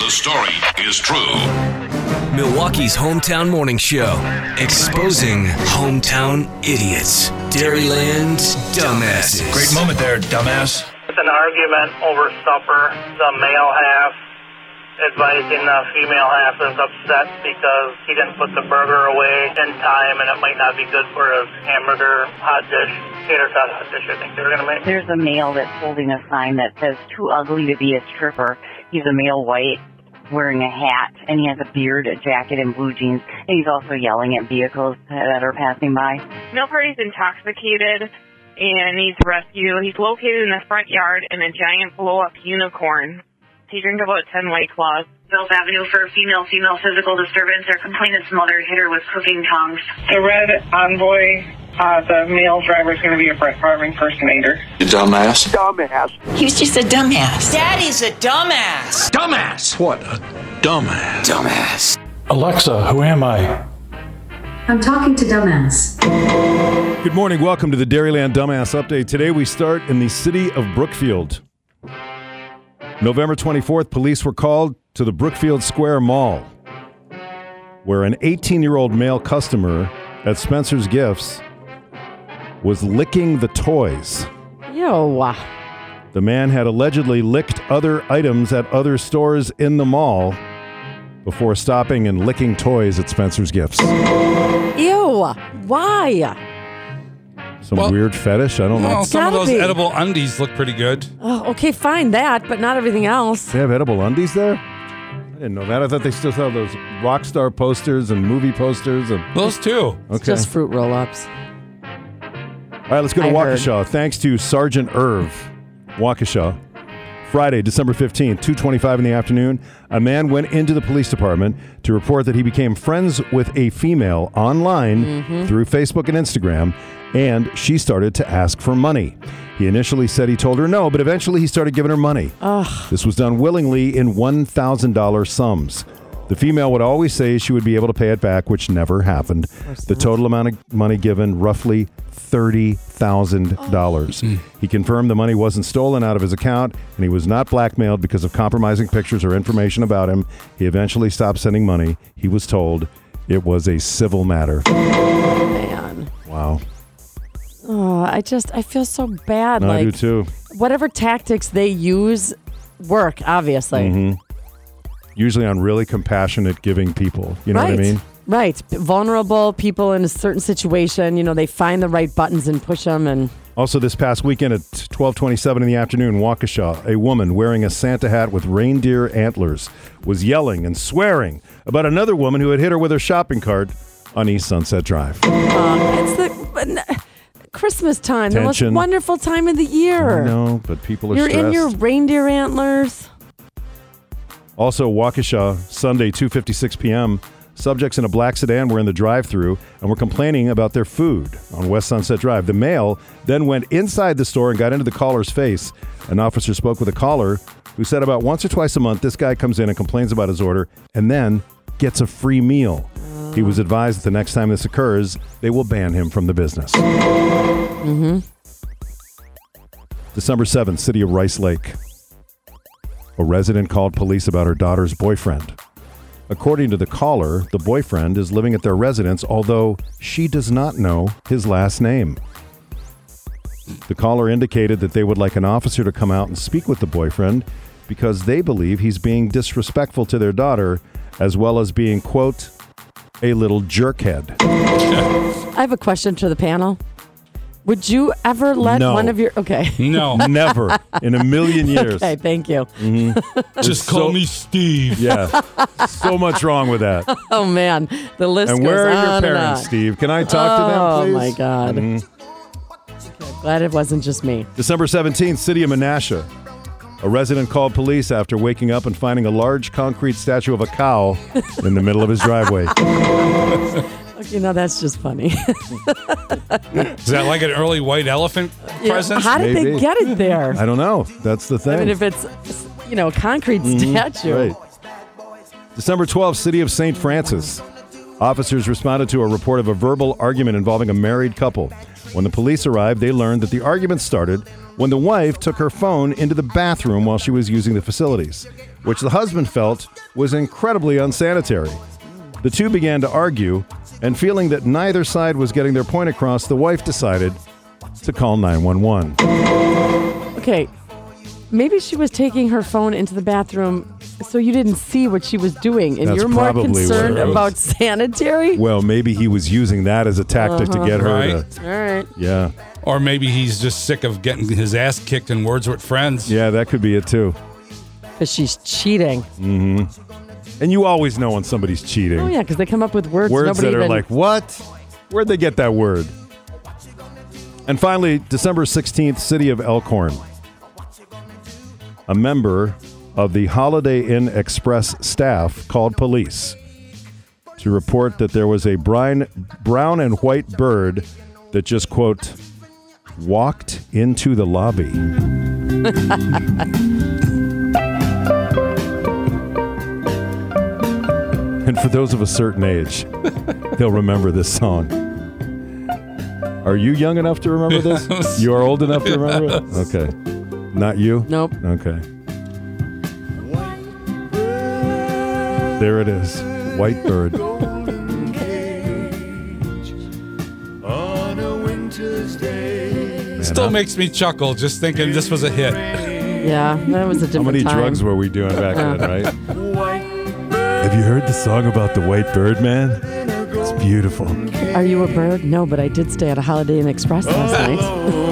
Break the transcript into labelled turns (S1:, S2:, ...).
S1: The story is true.
S2: Milwaukee's hometown morning show, exposing hometown idiots, Dairyland's dumbasses.
S3: Great moment there, dumbass.
S4: It's an argument over supper. The male half advising the female half is upset because he didn't put the burger away in time and it might not be good for his hamburger hot dish, tater tot hot dish, I think they were going to make.
S5: There's a male that's holding a sign that says "Too ugly to be a stripper." He's a male white wearing a hat and he has a beard, a jacket, and blue jeans. And he's also yelling at vehicles that are passing by.
S6: Milford is intoxicated and needs rescue. He's located in the front yard in a giant blow up unicorn. He drank about 10 white claws.
S7: Mills Avenue for a female female physical disturbance. Her complainant's mother hit her with cooking tongs.
S8: The red envoy, uh, the male driver is going to be a Brett Favre impersonator.
S9: Dumbass.
S10: Dumbass.
S11: He was just a dumbass.
S12: Daddy's a dumbass.
S3: Dumbass. What a dumbass.
S2: Dumbass.
S3: Alexa, who am I?
S13: I'm talking to dumbass.
S14: Good morning. Welcome to the Dairyland Dumbass Update. Today we start in the city of Brookfield. November 24th, police were called to the Brookfield Square Mall, where an 18 year old male customer at Spencer's Gifts was licking the toys.
S15: Ew.
S14: The man had allegedly licked other items at other stores in the mall before stopping and licking toys at Spencer's Gifts.
S15: Ew. Why?
S14: Some
S16: Well-
S14: weird fetish? I don't know.
S16: Well, some of
S15: gotta
S16: those
S15: be.
S16: edible undies look pretty good.
S15: Oh, okay, fine that, but not everything else.
S14: They have edible undies there? I didn't know that. I thought they still sell those rock star posters and movie posters and
S16: Those too.
S14: okay.
S15: Just fruit roll ups.
S14: All right, let's go to
S15: I
S14: Waukesha. Thanks to Sergeant Irv, Waukesha. Friday, December 15th, 2:25 in the afternoon, a man went into the police department to report that he became friends with a female online through Facebook and Instagram, and she started to ask for money. He initially said he told her no, but eventually he started giving her money. This was done willingly in $1,000 sums. The female would always say she would be able to pay it back, which never happened. The total amount of money given, roughly
S15: Oh. Hmm.
S14: $30,000. He confirmed the money wasn't stolen out of his account and he was not blackmailed because of compromising pictures or information about him. He eventually stopped sending money. He was told it was a civil matter.
S15: Man.
S14: Wow.
S15: Oh, I just, I feel so bad.
S14: No,
S15: like,
S14: I do too.
S15: whatever tactics they use work, obviously.
S14: Mhm. Usually on really compassionate giving people. You know
S15: right.
S14: what I mean?
S15: Right. Vulnerable people in a certain situation, you know, they find the right buttons and push them and
S14: Also, this past weekend at 12:27 in the afternoon, Waukesha, a woman wearing a Santa hat with reindeer antlers was yelling and swearing about another woman who had hit her with her shopping cart on East Sunset Drive.
S15: um, it's the but n- Christmas time, the
S14: Tension.
S15: most wonderful time of the
S14: I
S15: year.
S14: know, but people are
S15: You're
S14: stressed.
S15: in your reindeer antlers.
S14: Also, Waukesha, Sunday, 2:56 p.m. Subjects in a black sedan were in the drive-through and were complaining about their food on West Sunset Drive. The male then went inside the store and got into the caller's face. An officer spoke with a caller who said about once or twice a month this guy comes in and complains about his order and then gets a free meal. He was advised that the next time this occurs, they will ban him from the business. December 7th, City of Rice Lake. A resident called police about her daughter's boyfriend. According to the caller, the boyfriend is living at their residence, although she does not know his last name. The caller indicated that they would like an officer to come out and speak with the boyfriend because they believe he's being disrespectful to their daughter as well as being, quote, a little jerkhead.
S15: I have a question to the panel. Would you ever let
S14: No.
S15: one of your okay?
S16: No,
S14: Never in a million years.
S15: Okay, thank you.
S16: just call
S14: so-
S16: me Steve.
S14: Yeah. So much wrong with that.
S15: Oh man, the list
S14: and
S15: goes
S14: where
S15: on
S14: are your
S15: and
S14: parents,
S15: on.
S14: Steve? Can I talk
S15: oh
S14: to them, please? Mm-hmm.
S15: my god! Glad it wasn't just me.
S14: December 17th, City of Menasha. A resident called police after waking up and finding a large concrete statue of a cow in the middle of his driveway.
S15: Okay, now that's just funny.
S16: Is that like an early white elephant present?
S15: How did
S14: Maybe.
S15: they get it there?
S14: I don't know. That's the
S15: I mean,
S14: thing.
S15: if it's you know a concrete statue,
S14: Right. December 12th, City of St. Francis. Officers responded to a report of a verbal argument involving a married couple. When the police arrived, they learned that the argument started when the wife took her phone into the bathroom while she was using the facilities. which the husband felt was incredibly unsanitary. The two began to argue, and feeling that neither side was getting their point across, the wife decided to call 911.
S15: Okay. Maybe she was taking her phone into the bathroom so you didn't see what she was doing and
S14: That's
S15: you're more
S14: probably what it
S15: concerned
S14: was.
S15: about sanitary?
S14: Well, maybe he was using that as a tactic
S15: Uh-huh.
S14: to get her
S16: Right.
S14: to.
S15: All right.
S14: Yeah.
S16: Or maybe he's just sick of getting his ass kicked in words with friends.
S14: Yeah, that could be it too.
S15: Because she's cheating.
S14: hmm And you always know when somebody's cheating.
S15: Oh yeah, because they come up with words,
S14: words
S15: nobody
S14: that are
S15: even,
S14: like, what? Where'd they get that word? And finally, December 16th, City of Elkhorn. A member of the Holiday Inn Express staff called police to report that there was a brine, brown and white bird that just, quote, walked into the lobby. And for those of a certain age, they'll remember this song. Are you young enough to remember this?
S16: Yes.
S14: You are old enough to remember it? Okay. Not you?
S15: Nope.
S14: Okay. There it is. White bird.
S1: On a winter's day.
S16: Still makes me chuckle just thinking this was a hit.
S15: Yeah, that was a
S14: How
S15: different
S14: many
S15: time. Uh.
S14: drugs were we doing back then,
S15: Yeah.
S14: right? Have you heard the song about the white bird, man? It's beautiful. Oh.
S15: Are you a bird? No, but I did stay at a Holiday Inn Express last night.